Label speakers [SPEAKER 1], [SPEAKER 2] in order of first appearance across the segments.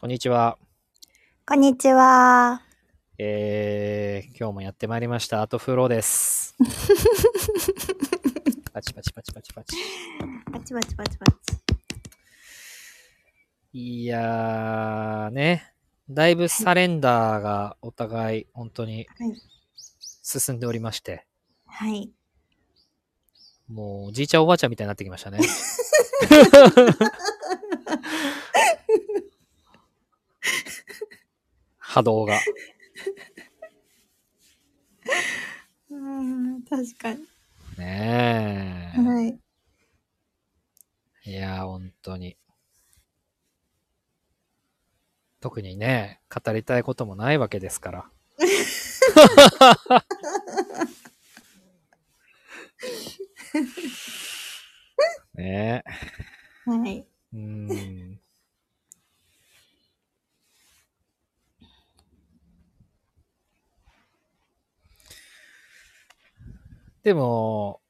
[SPEAKER 1] こんにちは。
[SPEAKER 2] こんにちは。
[SPEAKER 1] えー、今日もやってまいりました。アートフローです。パチパチパチパチパチ。
[SPEAKER 2] パチパチパチパチ。
[SPEAKER 1] いやー、ね。だいぶサレンダーがお互い本当に
[SPEAKER 2] はい
[SPEAKER 1] 進んでおりまして、
[SPEAKER 2] はい。
[SPEAKER 1] もうおじいちゃんおばあちゃんみたいになってきましたね。波動が。
[SPEAKER 2] うーん、確かに。
[SPEAKER 1] ねえ。
[SPEAKER 2] はい。
[SPEAKER 1] いやー、本当に。特にね、語りたいこともないわけですから。ねえ。
[SPEAKER 2] はい。
[SPEAKER 1] うーん。 でも、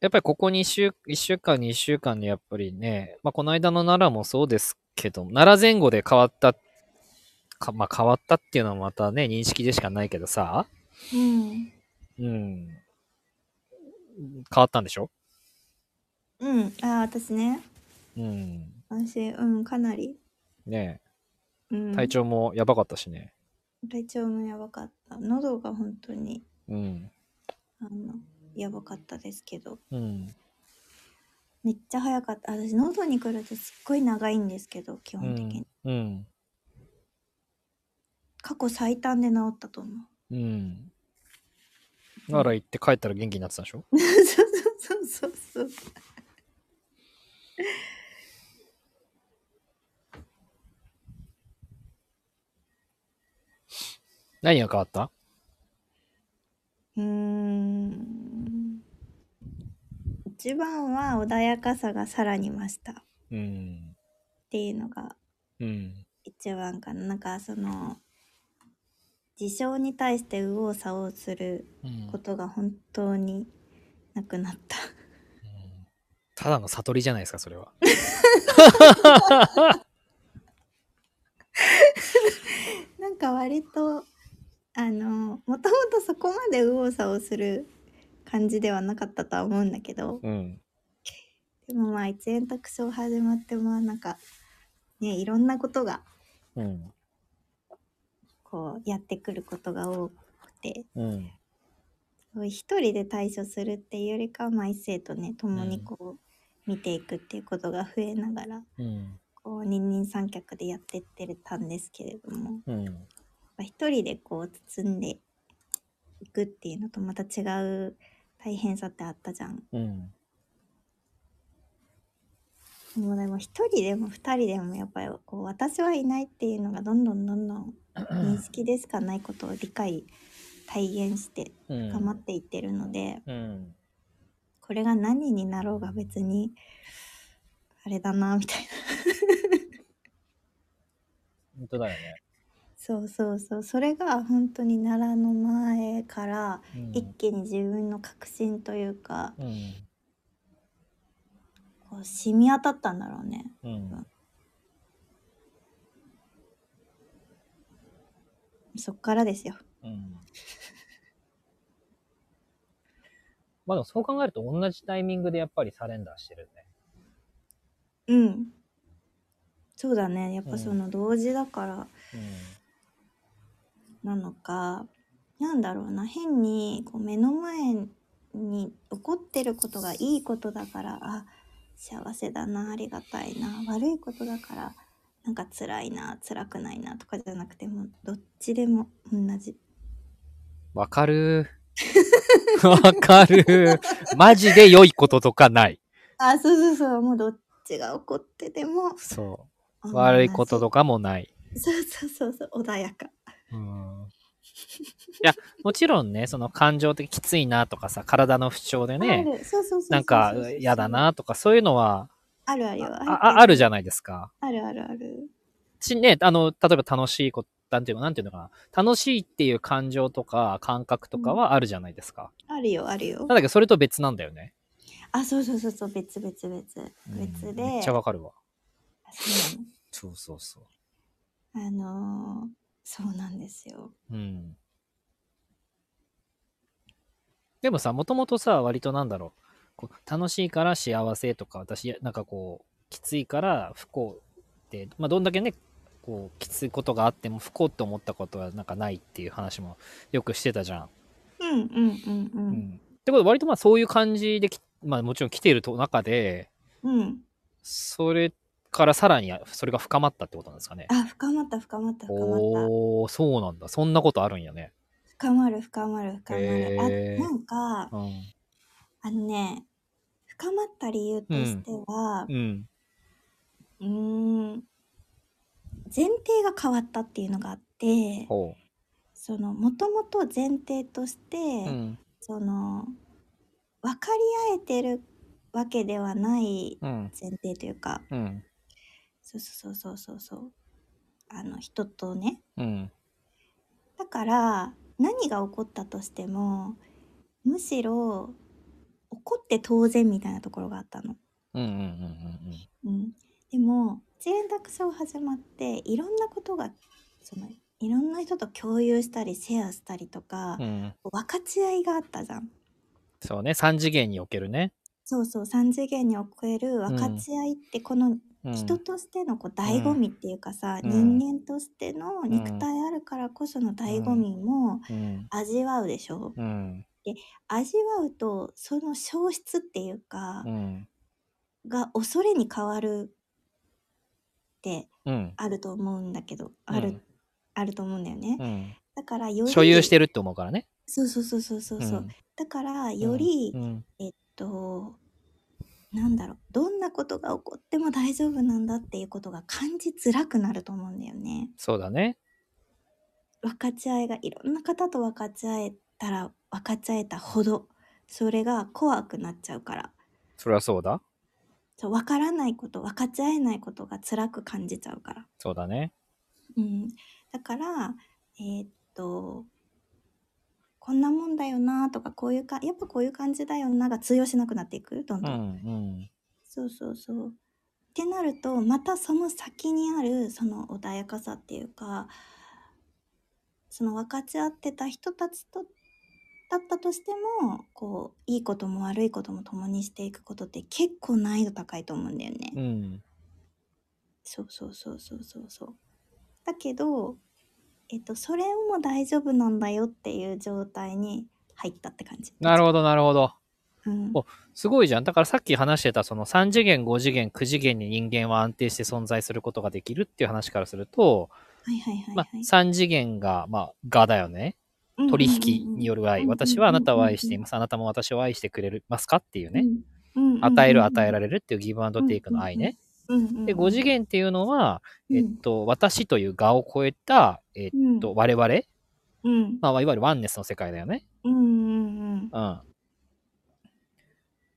[SPEAKER 1] やっぱりここ2週、1週間、2週間でやっぱりね、まあこの間の奈良もそうですけど、奈良前後で変わった、かまあ変わったっていうのはまたね、認識でしかないけどさ、
[SPEAKER 2] うん。
[SPEAKER 1] うん。変わったんでしょ
[SPEAKER 2] うん。あー、私ね。
[SPEAKER 1] うん。
[SPEAKER 2] 私、うん、かなり。
[SPEAKER 1] ね
[SPEAKER 2] うん、
[SPEAKER 1] え体。調もやばかったしね。
[SPEAKER 2] 体調もやばかった。喉が本当に、
[SPEAKER 1] うん。
[SPEAKER 2] あの、やばかったですけど。
[SPEAKER 1] うん。
[SPEAKER 2] めっちゃ早かった。私、喉に来るとすっごい長いんですけど、基
[SPEAKER 1] う
[SPEAKER 2] 本的に。
[SPEAKER 1] ん。うん。
[SPEAKER 2] 過去最短で治ったと思う。
[SPEAKER 1] うん。なら行って帰ったら元気になってたでしょ
[SPEAKER 2] そうそうそうそうそう。
[SPEAKER 1] 何が変わった
[SPEAKER 2] うーん。一番は穏やかさがさらに増したっ
[SPEAKER 1] うん。
[SPEAKER 2] ていうのが
[SPEAKER 1] うん。
[SPEAKER 2] 一番かな。なんかその事象に対して右往左往する
[SPEAKER 1] うん
[SPEAKER 2] ことが本当になくなった。
[SPEAKER 1] ただの悟りじゃないですか、それは。
[SPEAKER 2] なんか割とあのもともとそこまで右往左往する感じではなかったとは思うんだけど
[SPEAKER 1] うん。
[SPEAKER 2] でもまあ一円卓賞始まってまあなんかねいろんなことが
[SPEAKER 1] うん。
[SPEAKER 2] こうやってくることが多くて
[SPEAKER 1] うん。
[SPEAKER 2] そういう一人で対処するっていうよりかは、まあ、一生とね共にこう見ていくっていうことが増えながら
[SPEAKER 1] うん。
[SPEAKER 2] こう二人三脚でやってってたんですけれどもやっ
[SPEAKER 1] うん。
[SPEAKER 2] ぱ一人でこう包んでいくっていうのとまた違う大変さってあったじゃん。
[SPEAKER 1] うん。
[SPEAKER 2] もうでも一人でも二人でもやっぱりこう私はいないっていうのがどんどんどんどん認識でしかないことを理解体現して
[SPEAKER 1] うん
[SPEAKER 2] 頑張っていってるので。
[SPEAKER 1] うん。
[SPEAKER 2] これが何になろうが別にあれだなみたいな
[SPEAKER 1] 本当だよね。
[SPEAKER 2] そうそうそうそれが本当に奈良の前から
[SPEAKER 1] うん
[SPEAKER 2] 一気に自分の確信というか
[SPEAKER 1] うん。
[SPEAKER 2] こう染み当たったんだろうね
[SPEAKER 1] うん。
[SPEAKER 2] そっからですよ
[SPEAKER 1] うん。まあでもそう考えると同じタイミングでやっぱりサレンダーしてるね。
[SPEAKER 2] うんそうだねやっ
[SPEAKER 1] う
[SPEAKER 2] ぱ
[SPEAKER 1] ん
[SPEAKER 2] その同時だからなのか、なんだろうな変にこう目の前に起こってることがいいことだからあ幸せだなありがたいな悪いことだからなんか辛いな辛くないなとかじゃなくてもうどっちでも同じ
[SPEAKER 1] うん。わかるー。わかるー。マジで良いこととかない。
[SPEAKER 2] あそうそうそうもうどっちが起こってでも
[SPEAKER 1] そう。
[SPEAKER 2] 同じ
[SPEAKER 1] 悪いこととかもない。
[SPEAKER 2] そうそうそうそう穏やか
[SPEAKER 1] うん。いや、もちろんね、その感情的きついなとかさ、体の不調でね、
[SPEAKER 2] あるそうそうそうそうそう
[SPEAKER 1] なんか嫌だなとか、そういうのは
[SPEAKER 2] あるあるよ
[SPEAKER 1] あああるじゃ
[SPEAKER 2] ん
[SPEAKER 1] ないですか。
[SPEAKER 2] あるあるある
[SPEAKER 1] しね、あの、例えば楽しいこと、なんていうの、なんていうのかな。楽しいっていう感情とか感覚とかはあるじゃないですか。
[SPEAKER 2] あるよあるよ
[SPEAKER 1] なんだけど、それと別なんだよね。
[SPEAKER 2] あそうそうそうそう別別別
[SPEAKER 1] うん
[SPEAKER 2] 別で、
[SPEAKER 1] めっちゃわかるわ。
[SPEAKER 2] そうなの
[SPEAKER 1] そうそうそう。
[SPEAKER 2] あのーそうなんですよ。
[SPEAKER 1] うん。でもさ、もともとさ、割となんだろうこう、楽しいから幸せとか、私、なんかこう、きついから不幸って、まあ、どんだけね、こう、きついことがあっても不幸って思ったことはなんかないっていう話もよくしてたじゃん。
[SPEAKER 2] うんうんうんう。
[SPEAKER 1] うんん。ってことは、割とまあそういう感じでき、まあもちろん来ていると中で、
[SPEAKER 2] うん。
[SPEAKER 1] それからさらにそれが深まったってことなんですかね。
[SPEAKER 2] あ、深まった深まった深まった。
[SPEAKER 1] おー、そうなんだ。そんなことあるんやね。
[SPEAKER 2] 深まる深まる深まる。
[SPEAKER 1] へー
[SPEAKER 2] あ、なんか、
[SPEAKER 1] うん。
[SPEAKER 2] あのね、深まった理由としては、
[SPEAKER 1] うん。
[SPEAKER 2] うーん、前提が変わったっていうのがあって、
[SPEAKER 1] ほ
[SPEAKER 2] その、もともと前提として、
[SPEAKER 1] う。うん。
[SPEAKER 2] その、分かり合えてるわけではない
[SPEAKER 1] うん。
[SPEAKER 2] 前提というか、
[SPEAKER 1] うん。
[SPEAKER 2] そうそうそうそうそうそう。あの、人とね、
[SPEAKER 1] うん。
[SPEAKER 2] だから何が起こったとしてもむしろ怒って当然みたいなところがあったの。
[SPEAKER 1] うんうんうんうん
[SPEAKER 2] うん、でも一連卓上始まっていろんなことがそのいろんな人と共有したりシェアしたりとか
[SPEAKER 1] うん。う、ん。
[SPEAKER 2] 分かち合いがあったじゃん。
[SPEAKER 1] そうね。三次元におけるね。
[SPEAKER 2] そうそう3次元における分かち合いってこの
[SPEAKER 1] うん。
[SPEAKER 2] 人としてのこう醍醐味っていうかさ、
[SPEAKER 1] うん
[SPEAKER 2] 人間としての肉体あるからこその醍醐味も
[SPEAKER 1] うん。
[SPEAKER 2] 味わうでしょ、
[SPEAKER 1] うん。
[SPEAKER 2] 味わうとその消失っていうか
[SPEAKER 1] う、ん。
[SPEAKER 2] が恐れに変わるって
[SPEAKER 1] うん。
[SPEAKER 2] あると思うんだけどある、
[SPEAKER 1] うん
[SPEAKER 2] あると思うんだよね、
[SPEAKER 1] うん。
[SPEAKER 2] だからより
[SPEAKER 1] 所有してるって思うからね。
[SPEAKER 2] そうそうそうそうそうそう、
[SPEAKER 1] ん
[SPEAKER 2] だからより、
[SPEAKER 1] うん。
[SPEAKER 2] えっとなんだろうどんなことが起こっても大丈夫なんだっていうことが感じづらくなると思うんだよね
[SPEAKER 1] そうだね。
[SPEAKER 2] 分かち合いがいろんな方と分かち合えたら分かち合えたほどそれが怖くなっちゃうから
[SPEAKER 1] そりゃそうだ。
[SPEAKER 2] そう分からないこと分かち合えないことが辛く感じちゃうから、
[SPEAKER 1] そうだね。
[SPEAKER 2] うん、だからえーっとこんなもんだよなとかこういうかやっぱこういう感じだよなが通用しなくなっていくどん
[SPEAKER 1] う
[SPEAKER 2] ど
[SPEAKER 1] ん
[SPEAKER 2] ん、
[SPEAKER 1] うん。
[SPEAKER 2] そうそうそうってなるとまたその先にあるその穏やかさっていうかその分かち合ってた人たちとだったとしてもこういいことも悪いことも共にしていくことって結構難易度高いと思うんだよね。
[SPEAKER 1] うん。
[SPEAKER 2] そうそうそうそうそうそう。だけど、えっと、それも大丈夫なんだよっていう状態に入ったって感じ。
[SPEAKER 1] なる
[SPEAKER 2] ほ
[SPEAKER 1] ほど、なるほど。
[SPEAKER 2] ど。うん、
[SPEAKER 1] おすごいじゃん。だからさっき話してた、その3次元、5次元、9次元に人間は安定して存在することができるっていう話からすると、
[SPEAKER 2] はいはいはい、
[SPEAKER 1] まあ
[SPEAKER 2] はい、
[SPEAKER 1] 3次元が、まあ、がだよね。取引による愛。私はあなたを愛しています。あなたも私を愛してくれますかっていう
[SPEAKER 2] す
[SPEAKER 1] ね。。
[SPEAKER 2] うんうん、
[SPEAKER 1] 与える、与えら
[SPEAKER 2] れ
[SPEAKER 1] れるっていうギブアンドテイクの愛ね。。
[SPEAKER 2] うんうんうん、
[SPEAKER 1] で、5次元っていうのは、
[SPEAKER 2] うん
[SPEAKER 1] えっと、私という我を超えた、えっ
[SPEAKER 2] 元
[SPEAKER 1] と、、我々、
[SPEAKER 2] うん
[SPEAKER 1] まあ、いわゆるワンネスの世界だよね。
[SPEAKER 2] うんうん
[SPEAKER 1] うん。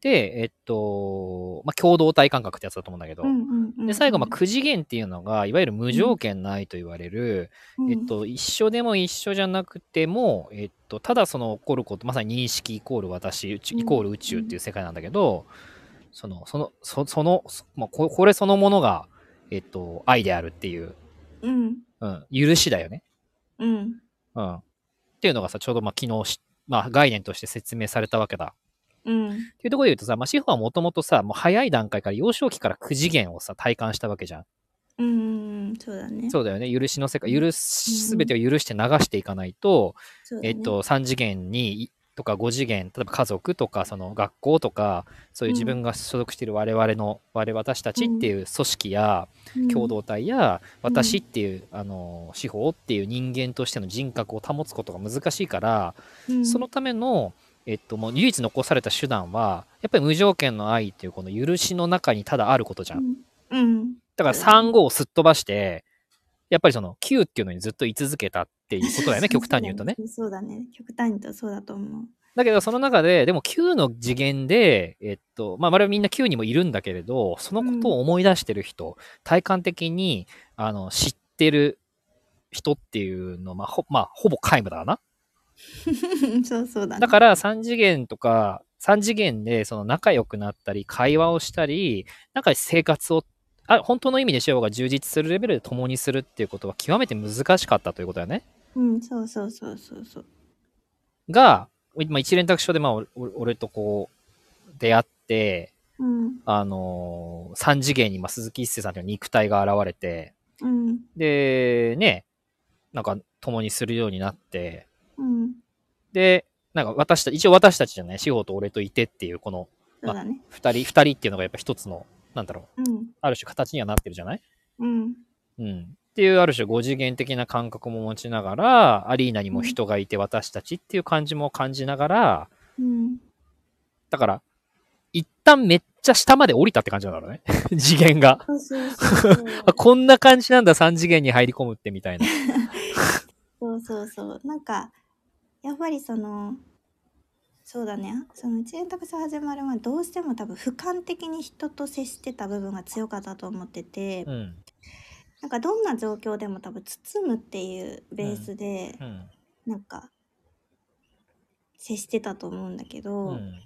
[SPEAKER 1] で、えっと、まあ、共同体感覚ってやつだと思うんだけど
[SPEAKER 2] う、ん、
[SPEAKER 1] で、最後、まあ、9次元っていうのが、いわゆる無条件の愛と言われる、えっ、と、一緒でも一緒じゃなくても、えっと、ただその起こること、まさに認識イコール私、宇宙
[SPEAKER 2] うん
[SPEAKER 1] イコール宇宙っていう世界なんだけど、その、その、そその、そまあ、ここれそのものが、えっと、愛であるっていう、
[SPEAKER 2] うん
[SPEAKER 1] うん、許しだよね。
[SPEAKER 2] うん
[SPEAKER 1] うん。っていうのがさ、ちょうどまあ昨日し、まあ、概念として説明されたわけだ。
[SPEAKER 2] うん
[SPEAKER 1] っていうところで言うとさ、まあ、志保はもともとさ、もう早い段階から幼少期から9次元をさ、体感したわけじゃん。
[SPEAKER 2] うんうん、そうだね。
[SPEAKER 1] そうだよね。許しの世界、許し、
[SPEAKER 2] う
[SPEAKER 1] す
[SPEAKER 2] ん
[SPEAKER 1] べてを許して流していかないと、
[SPEAKER 2] そうだね
[SPEAKER 1] えっ、と、3次元にいとか5次元、例えば家族とかその学校とか、そういう自分が所属している我々の、我々私たちっていう組織や共同体や、私っていう、あの、司法っていう人間としての人格を保つことが難しいから、
[SPEAKER 2] うん、
[SPEAKER 1] そのための、えっと、もう唯一残された手段は、やっぱり無条件の愛っていうこの許しの中にただあることじゃ。
[SPEAKER 2] うんん、うん、
[SPEAKER 1] だから3、5をすっ飛ばして、やっぱりその9っていうのにずっと居続けたっていうことだよね、極端に言うとね。。
[SPEAKER 2] そうだね。極端に言うとそうだと思う。
[SPEAKER 1] だけど、その中で、でも9の次元で、えっと、まあ、我々みんな9にもいるんだけれど、そのことを思い出してる人、体感的に、あの、知ってる人っていうの、まあ、ほ,、まあ、ほぼ皆無だな。
[SPEAKER 2] そうそうだね。
[SPEAKER 1] だから、3次元とか、3次元で、その仲良くなったり、会話をしたり、なんか生活を、あ本当の意味で勝負が充実するレベルで共にするっていうことは極めて難しかったということだよね。
[SPEAKER 2] うん、そうそうそうそうそう。
[SPEAKER 1] が、まあ、一連択肢で、まあ、おお俺とこう出会って、
[SPEAKER 2] うん、
[SPEAKER 1] あのー三次元に、まあ、鈴木一世さんの肉体が現れて、
[SPEAKER 2] うん、
[SPEAKER 1] で、ね、なんか共にするようになって、
[SPEAKER 2] うん。
[SPEAKER 1] で、なんか私たち、一応私たちじゃない、志保と俺といてっていう、この
[SPEAKER 2] そうだね。
[SPEAKER 1] 二人、二人っていうのがやっぱ一つの、なんだろう、
[SPEAKER 2] うん、
[SPEAKER 1] ある種形にはなってるじゃない
[SPEAKER 2] うん、
[SPEAKER 1] うん、っていうある種5次元的な感覚も持ちながらアリーナにも人がいて私たちっていう感じも感じながら
[SPEAKER 2] うん。
[SPEAKER 1] だから一旦めっちゃ下まで降りたって感じなんだろうね 次元が
[SPEAKER 2] そうそうそうそう。
[SPEAKER 1] あこんな感じなんだ3次元に入り込むってみたいな
[SPEAKER 2] そうそうそうなんかやっぱりそのそうだねその一円高さ始まる前どうしても多分俯瞰的に人と接してた部分が強かったと思ってて、
[SPEAKER 1] うん
[SPEAKER 2] なんかどんな状況でも多分包むっていうベースで
[SPEAKER 1] う、ん
[SPEAKER 2] なんか接してたと思うんだけど、
[SPEAKER 1] う
[SPEAKER 2] やっ
[SPEAKER 1] ん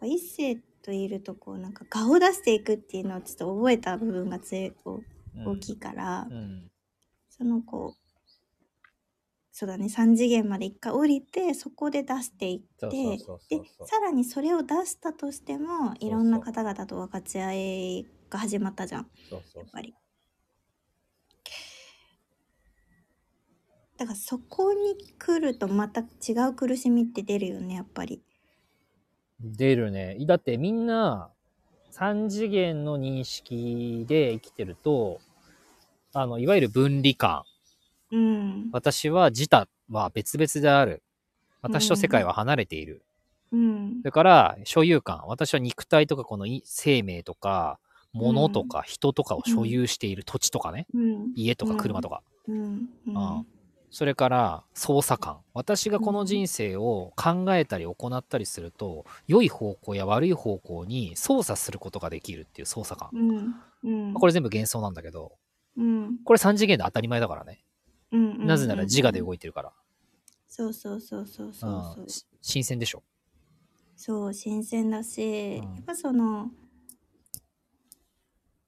[SPEAKER 2] ぱ一世といるとこうなんか顔を出していくっていうのをちょっと覚えた部分が強いこ
[SPEAKER 1] う
[SPEAKER 2] うん大きいから。
[SPEAKER 1] うん
[SPEAKER 2] その子そうだね3次元まで一回降りてそこで出していっ
[SPEAKER 1] そ
[SPEAKER 2] て
[SPEAKER 1] うそうそうそう
[SPEAKER 2] でさらにそれを出したとしてもいろんな方々と分かち合いが始まったじゃん
[SPEAKER 1] そうそ
[SPEAKER 2] や
[SPEAKER 1] う
[SPEAKER 2] っぱり。だからそこに来るとまた違う苦しみって出るよねやっぱり。
[SPEAKER 1] 出るねだってみんな3次元の認識で生きてるとあのいわゆる分離感
[SPEAKER 2] うん。
[SPEAKER 1] 私は自他は別々である。私と世界は離れている。
[SPEAKER 2] うん
[SPEAKER 1] そ。れから、所有感。私は肉体とか、このい生命とか、物とか、人とかを所有している。土地とかね。
[SPEAKER 2] うん。
[SPEAKER 1] 家とか
[SPEAKER 2] うん
[SPEAKER 1] 車とか。
[SPEAKER 2] うん。うん
[SPEAKER 1] うんそれから、操作感。私がこの人生を考えたり行ったりすると、良い方向や悪い方向に操作することができるっていう操作感。
[SPEAKER 2] うん。うん。
[SPEAKER 1] まあこれ全部幻想なんだけど、
[SPEAKER 2] うん。
[SPEAKER 1] これ3次元で当たり前だからね。
[SPEAKER 2] うん。
[SPEAKER 1] なぜなら自我で動
[SPEAKER 2] い
[SPEAKER 1] い
[SPEAKER 2] て。
[SPEAKER 1] てるから。
[SPEAKER 2] そうそうそうそうそうそう
[SPEAKER 1] うん。し新鮮でしょ。
[SPEAKER 2] そう新鮮だし、
[SPEAKER 1] うん
[SPEAKER 2] やっぱその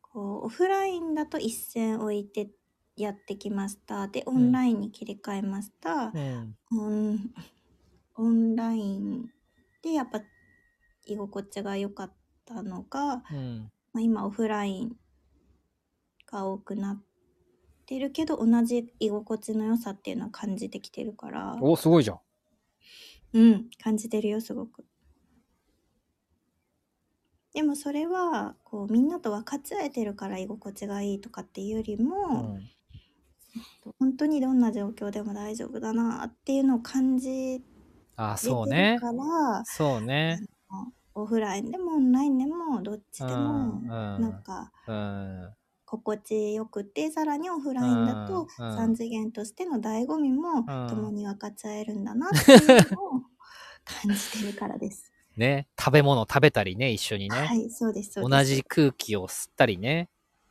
[SPEAKER 2] こうオフラインだと一線置いてやってきましたでオンラインに切り替えました、
[SPEAKER 1] うん。
[SPEAKER 2] オンオンラインでやっぱ居心地が良かったのが、
[SPEAKER 1] うん。
[SPEAKER 2] まあ、今オフラインが多くなってるけど同じ居心地の良さっていうのは感じてきてるから
[SPEAKER 1] お、すごいじゃん。
[SPEAKER 2] うん、感じてるよ、すごく。でもそれはこうみんなと分かち合えてるから居心地がいいとかっていうよりも、本当にどんな状況でも大丈夫だなっていうのを感じ
[SPEAKER 1] ああ、
[SPEAKER 2] てる
[SPEAKER 1] そうね。
[SPEAKER 2] から、
[SPEAKER 1] そうね。
[SPEAKER 2] オフラインでもオンラインでもどっちでも
[SPEAKER 1] うん
[SPEAKER 2] なんか
[SPEAKER 1] うん。
[SPEAKER 2] 心地よくてさらにオフラインだと
[SPEAKER 1] うんうん
[SPEAKER 2] 3次元としての醍醐味も
[SPEAKER 1] ん
[SPEAKER 2] 共に分かち合えるんだなっていうのを感じてるから です。
[SPEAKER 1] ね。食べ物食べたりね、一緒にね。
[SPEAKER 2] はい、そうです。そうです
[SPEAKER 1] 同じ空気を吸ったりね。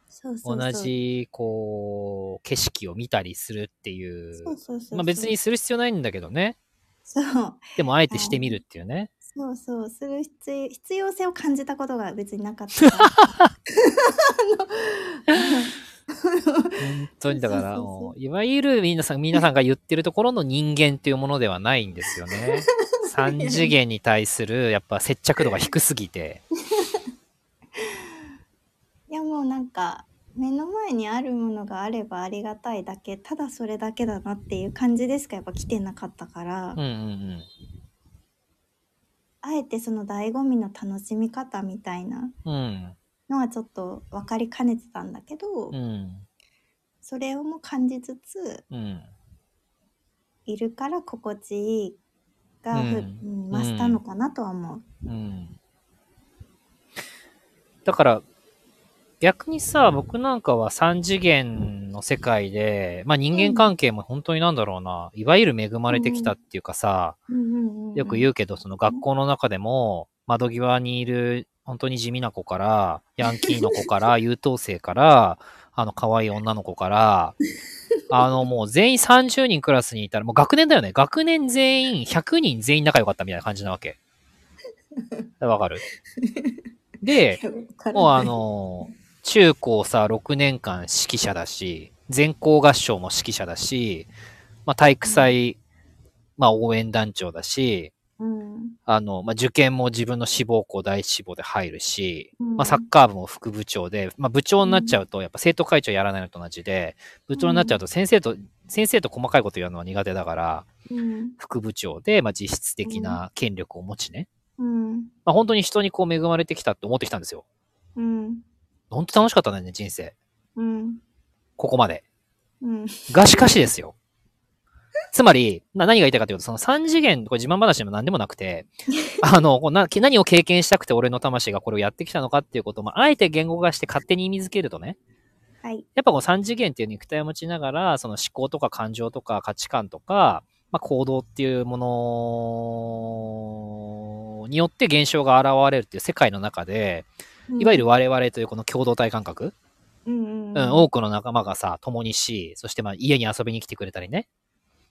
[SPEAKER 2] そうそうそう
[SPEAKER 1] 同じ、こう、景色を見たりするっていう。
[SPEAKER 2] そうそうそうそう
[SPEAKER 1] まあ別にする必要ないんだけどね。
[SPEAKER 2] そう
[SPEAKER 1] でもあえてしてみるっていうね。
[SPEAKER 2] そうそうする必要必要性を感じたことが別にな かったから
[SPEAKER 1] 本当にだから、
[SPEAKER 2] そうそうそうそう
[SPEAKER 1] もういわゆる皆さん、皆さんが言ってるところの人間っていうものではないんですよ ね。3次元に対する、やっぱ接着度が低すぎ て。
[SPEAKER 2] いやもうなんか目の前にあるものがあればありがたいだけただそれだけだなっていう感じでしかやっぱ来てなかったから、
[SPEAKER 1] うんうんうん。
[SPEAKER 2] あえてその醍醐味の楽しみ方みたいな
[SPEAKER 1] うん。
[SPEAKER 2] のはちょっと分かりかねてたんだけど、
[SPEAKER 1] うん。
[SPEAKER 2] それをも感じつつ
[SPEAKER 1] うん。
[SPEAKER 2] いるから心地いいが、ふ
[SPEAKER 1] う
[SPEAKER 2] うんん、増したのかなとは思う。
[SPEAKER 1] うんだから、逆にさ、僕なんかは3次元の世界で、まあ人間関係も本当になんだろうな、いわゆる恵まれてきたっていうかさ、
[SPEAKER 2] うんうんうん、
[SPEAKER 1] よく言うけど、その学校の中でも、窓際にいる本当に地味な子から、ヤンキーの子 から、優等生から、あの可愛い女の子から、あのもう全員30人クラスにいたら、もう学年だよね。学年全員、100人全員仲良かったみたいな感じなわけ。わかるで、
[SPEAKER 2] わからない
[SPEAKER 1] もうあのー中高さ、6年間指揮者だし、全校合唱の指揮者だし、まあ、体育祭、まあ、応援団長だし、
[SPEAKER 2] うん。
[SPEAKER 1] あの、まあ、受験も自分の志望校第一志望で入るし、
[SPEAKER 2] うん
[SPEAKER 1] まあ、サッカー部も副部長で、まあ、部長になっちゃうと、やっぱ生徒会長やらないのと同じで、部長になっちゃうと先生と、先生と細かいことやるのは苦手だから、
[SPEAKER 2] うん。
[SPEAKER 1] 副部長で、まあ、実質的な権力を持ちね、
[SPEAKER 2] うん。
[SPEAKER 1] まあ、本当に人にこう恵まれてきたって思ってきたんですよ。
[SPEAKER 2] うん。
[SPEAKER 1] 本当楽しかったんだよね、人生。
[SPEAKER 2] うん。
[SPEAKER 1] ここまで。
[SPEAKER 2] うん。
[SPEAKER 1] がしかしですよ。つまり、な何が言いたいかというと、その3次元、これ自慢話でも何でもなく て、あの、こうな何を経験したくて俺の魂がこれをやってきたのかっていうことも、あえて言語化して勝手に意味づけるとね、
[SPEAKER 2] はい。
[SPEAKER 1] やっぱこの3次元っていう肉体を持ちながら、その思考とか感情とか価値観とか、まあ、行動っていうものによって現象が現れるっていう世界の中で、いわゆる我々というこの共同体感覚、
[SPEAKER 2] うん、うん。
[SPEAKER 1] うん、多くの仲間がさ、共にし、そしてまあ家に遊びに来てくれたりね、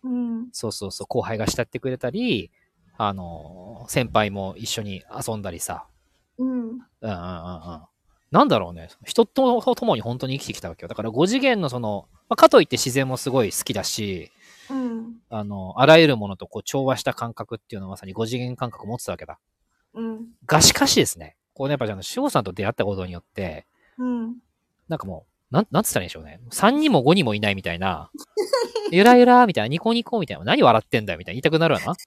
[SPEAKER 2] うん。
[SPEAKER 1] そうそうそう、後輩が慕ってくれたり、あのー先輩も一緒に遊んだりさ、
[SPEAKER 2] うん。
[SPEAKER 1] うんうんうんうん。なんだろうね、人と共に本当に生きてきたわけよ。だから5次元のその、まあ、かといって自然もすごい好きだし、
[SPEAKER 2] うん。
[SPEAKER 1] あの、あらゆるものとこう調和した感覚っていうのはまさに5次元感覚を持ってたわけだ。
[SPEAKER 2] うん。
[SPEAKER 1] がしかしですね、こうね、やっぱじゃあ、しさんと出会ったことによって、
[SPEAKER 2] うん。
[SPEAKER 1] なんかもう、なん、なんつったらいいんでしょうね。3人も5人もいないみたいな、 ゆらゆらみたいな、ニコニコみたいな、何笑ってんだよみたいな言いたくなるわな。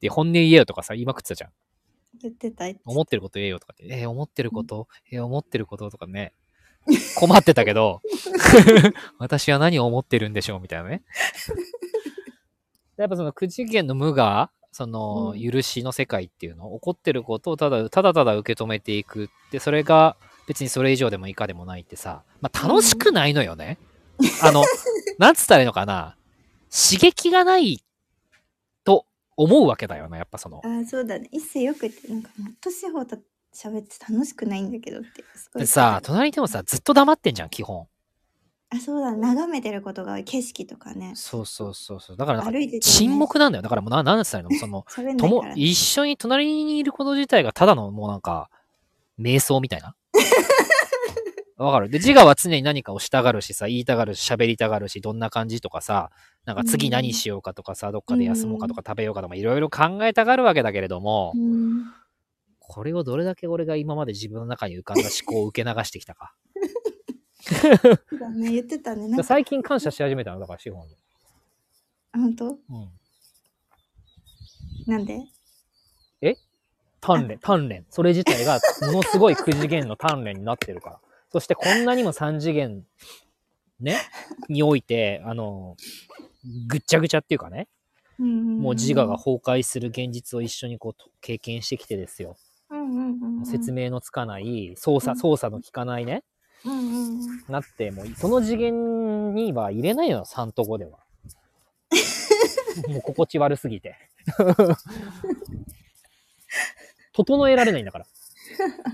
[SPEAKER 1] で、本音言えよとかさ、言いまくってたじゃん。
[SPEAKER 2] 言ってた。
[SPEAKER 1] 思ってること言えよとかって、えー思ってること、えー思ってることとかね、困ってたけ ど、私は何を思ってるんでしょうみたいなね。やっぱその9次元の無が、その
[SPEAKER 2] うん
[SPEAKER 1] 許しの世界っていうの、起こってることをただただただ受け止めていくって、それが別にそれ以上でも以下でもないってさ、まあ、楽しくないのよね。あの、なんつったらいいのかな、刺激がないと思うわけだよな、やっぱその。
[SPEAKER 2] ああ、そうだね。一世よく言って、なんかもっと志保と喋って楽しくないんだけどって。すごい
[SPEAKER 1] でさ、隣でもさ、ずっと黙ってんじゃん、基本。
[SPEAKER 2] あ、そうだ。眺めてることが多い景色とかね。
[SPEAKER 1] そうそうそうそう。だからなんか
[SPEAKER 2] 歩いてて、ね、
[SPEAKER 1] 沈黙なんだよ。だからもうな、なんつったらいいのその、
[SPEAKER 2] 喋 ん
[SPEAKER 1] と
[SPEAKER 2] ない
[SPEAKER 1] も
[SPEAKER 2] から、ね。
[SPEAKER 1] 一緒に隣にいること自体がただのもうなんか、瞑想みたい な。わかる。で、自我は常に何かをしたがるしさ、言いたがるし、喋りたがるし、どんな感じとかさ、なんか次何しようかとかさ、どっかで休もうかとか食べようかとか、いろいろ考えたがるわけだけれども、
[SPEAKER 2] うん。
[SPEAKER 1] これをどれだけ俺が今まで自分の中に浮かんだ思考を受け流してきたか。
[SPEAKER 2] そうだね。言ってたね。
[SPEAKER 1] だ
[SPEAKER 2] なん
[SPEAKER 1] から
[SPEAKER 2] か、
[SPEAKER 1] 最近感謝し始めたの、だから資本に。
[SPEAKER 2] あ本当
[SPEAKER 1] うん。
[SPEAKER 2] なんで
[SPEAKER 1] 鍛 錬、鍛錬。それ自体がものすごい9次元の鍛錬になってるから。そしてこんなにも3次元、ね、において、あの、ぐっちゃぐちゃっていうかね、も
[SPEAKER 2] も
[SPEAKER 1] う自我が崩壊する現実を一緒にこうと経験してきてですよ。
[SPEAKER 2] うんうんうんうん、
[SPEAKER 1] 説明のつかない、操
[SPEAKER 2] う
[SPEAKER 1] 作、
[SPEAKER 2] ん
[SPEAKER 1] 操作の効かないね、
[SPEAKER 2] うんうんうん、
[SPEAKER 1] なって、もうその次元には入れないのよ、3と5では。もう心地悪すぎて。 整えられないんだから。だか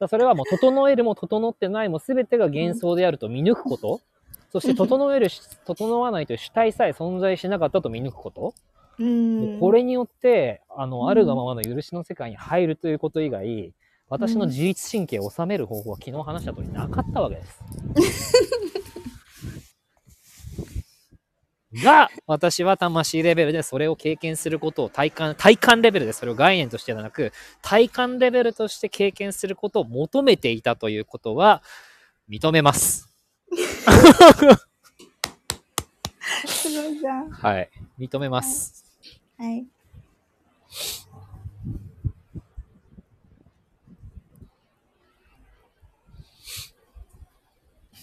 [SPEAKER 1] らそれはもう整えるも整ってないも全てが幻想であると見抜くこと、そして整えるし、整わないという主体さえ存在しなかったと見抜くこと、
[SPEAKER 2] うん
[SPEAKER 1] もうこれによって、あ
[SPEAKER 2] うん
[SPEAKER 1] の、あるがままの許しの世界に入るということ以外、私の自律神経を収める方法は昨日話した通りなかったわけです。が、私は魂レベルでそれを経験することを体感、体感レベルでそれを概念としてではなく、体感レベルとして経験することを求めていたということは認めます。
[SPEAKER 2] すごいじゃん。
[SPEAKER 1] はい。認めます。
[SPEAKER 2] はい。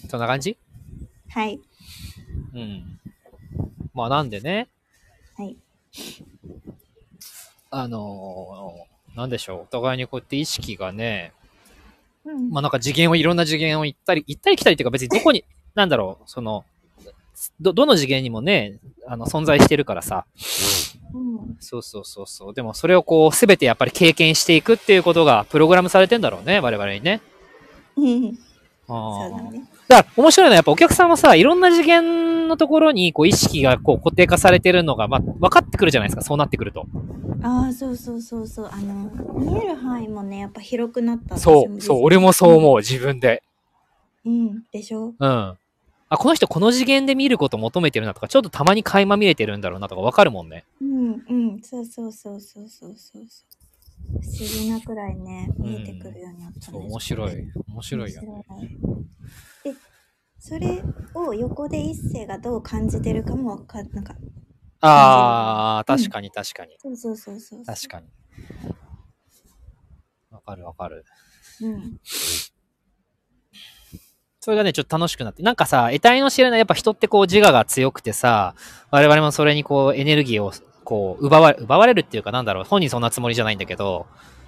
[SPEAKER 1] そんな感じ
[SPEAKER 2] はい。
[SPEAKER 1] うん。まあなんでね、
[SPEAKER 2] はい。
[SPEAKER 1] あのーなんでしょう、お互いにこうやって意識がね、
[SPEAKER 2] うん
[SPEAKER 1] まあなんか次元を、いろんな次元を行ったり、行ったり来たりっていうか別にどこに、 なんだろう、その、ど、どの次元にもね、あの、存在してるからさ、
[SPEAKER 2] うん
[SPEAKER 1] そうそうそうそう、でもそれをこう、すべてやっぱり経験していくっていうことが、プログラムされてんだろうね、我々にね。
[SPEAKER 2] うん。
[SPEAKER 1] あー
[SPEAKER 2] そうだね。
[SPEAKER 1] だから、面白いのはやっぱお客さんもさ、いろんな次元のところに、こう、意識がこう固定化されてるのが、まあ、分かってくるじゃないですか、そうなってくると。
[SPEAKER 2] ああそうそうそうそうあの見える範囲もねやっぱ広くなった
[SPEAKER 1] そう、そう、俺もそう思う、自分で。
[SPEAKER 2] ううんでしょ
[SPEAKER 1] うん。あ、この人この次元で見ること求めてるなとか、ちょっとたまに垣間見れてるんだろうなとか分かるもんね。
[SPEAKER 2] うんうんそうそうそうそうそうそうそう不思議なくらいね
[SPEAKER 1] うん
[SPEAKER 2] 見えてくるようになったね、
[SPEAKER 1] そう、面白い。面白いよね。
[SPEAKER 2] 面白いでそれを横で一星がどう感じてるかもわかんなんか
[SPEAKER 1] ああ、
[SPEAKER 2] うん
[SPEAKER 1] 確かに確かに。
[SPEAKER 2] そうそうそうそう
[SPEAKER 1] 確かに。わかるわかる。
[SPEAKER 2] にうん
[SPEAKER 1] それがね、ちょっと楽しくなって。なんかさ、得体の知れない、やっぱ人ってこう自我が強くてさ、我々もそれにこうエネルギーをこう奪わ奪われるっていうかなんだろう、本人そんなつもりじゃないんだけど、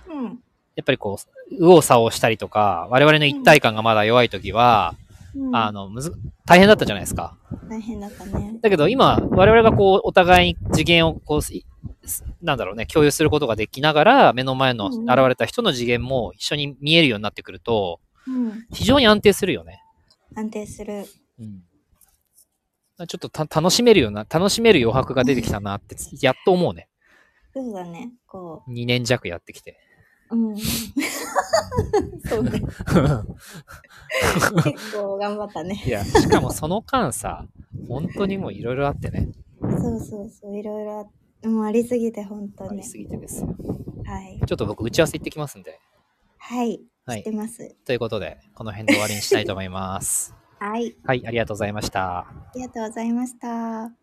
[SPEAKER 2] うん
[SPEAKER 1] やっぱりこう、右往左往したりとか、我々の一体感がまだ弱い時は、
[SPEAKER 2] うん、
[SPEAKER 1] あの、むず、大変だったじゃないですか。
[SPEAKER 2] 大変だったね。
[SPEAKER 1] だけど今、我々がこう、お互いに次元をこう、いなんだろうね、共有することができながら、目の前の
[SPEAKER 2] うん
[SPEAKER 1] 現れた人の次元も一緒に見えるようになってくると、
[SPEAKER 2] うん、
[SPEAKER 1] 非常に安定するよね。
[SPEAKER 2] 安定する。
[SPEAKER 1] うん。ちょっとた楽しめるような、楽しめる余白が出てきたなって、やっと思うね。
[SPEAKER 2] そうだね。こ
[SPEAKER 1] 2年弱やってき て。
[SPEAKER 2] う。うん。そうね。結構頑張ったね。
[SPEAKER 1] いや、しかもその間さ、本当にもういろいろあってね、
[SPEAKER 2] そうそうそう。いろいろあもうありすぎて、本
[SPEAKER 1] あ
[SPEAKER 2] 当に
[SPEAKER 1] り。すぎてですよ。
[SPEAKER 2] はい。
[SPEAKER 1] ちょっと僕、打ち合わせ行ってきますんで。
[SPEAKER 2] はい。
[SPEAKER 1] は
[SPEAKER 2] 知っ
[SPEAKER 1] い
[SPEAKER 2] て。ます。
[SPEAKER 1] ということで、この辺で終わりにしたいと思います。
[SPEAKER 2] はい。
[SPEAKER 1] はい、ありがとうございました。
[SPEAKER 2] ありがとうございました。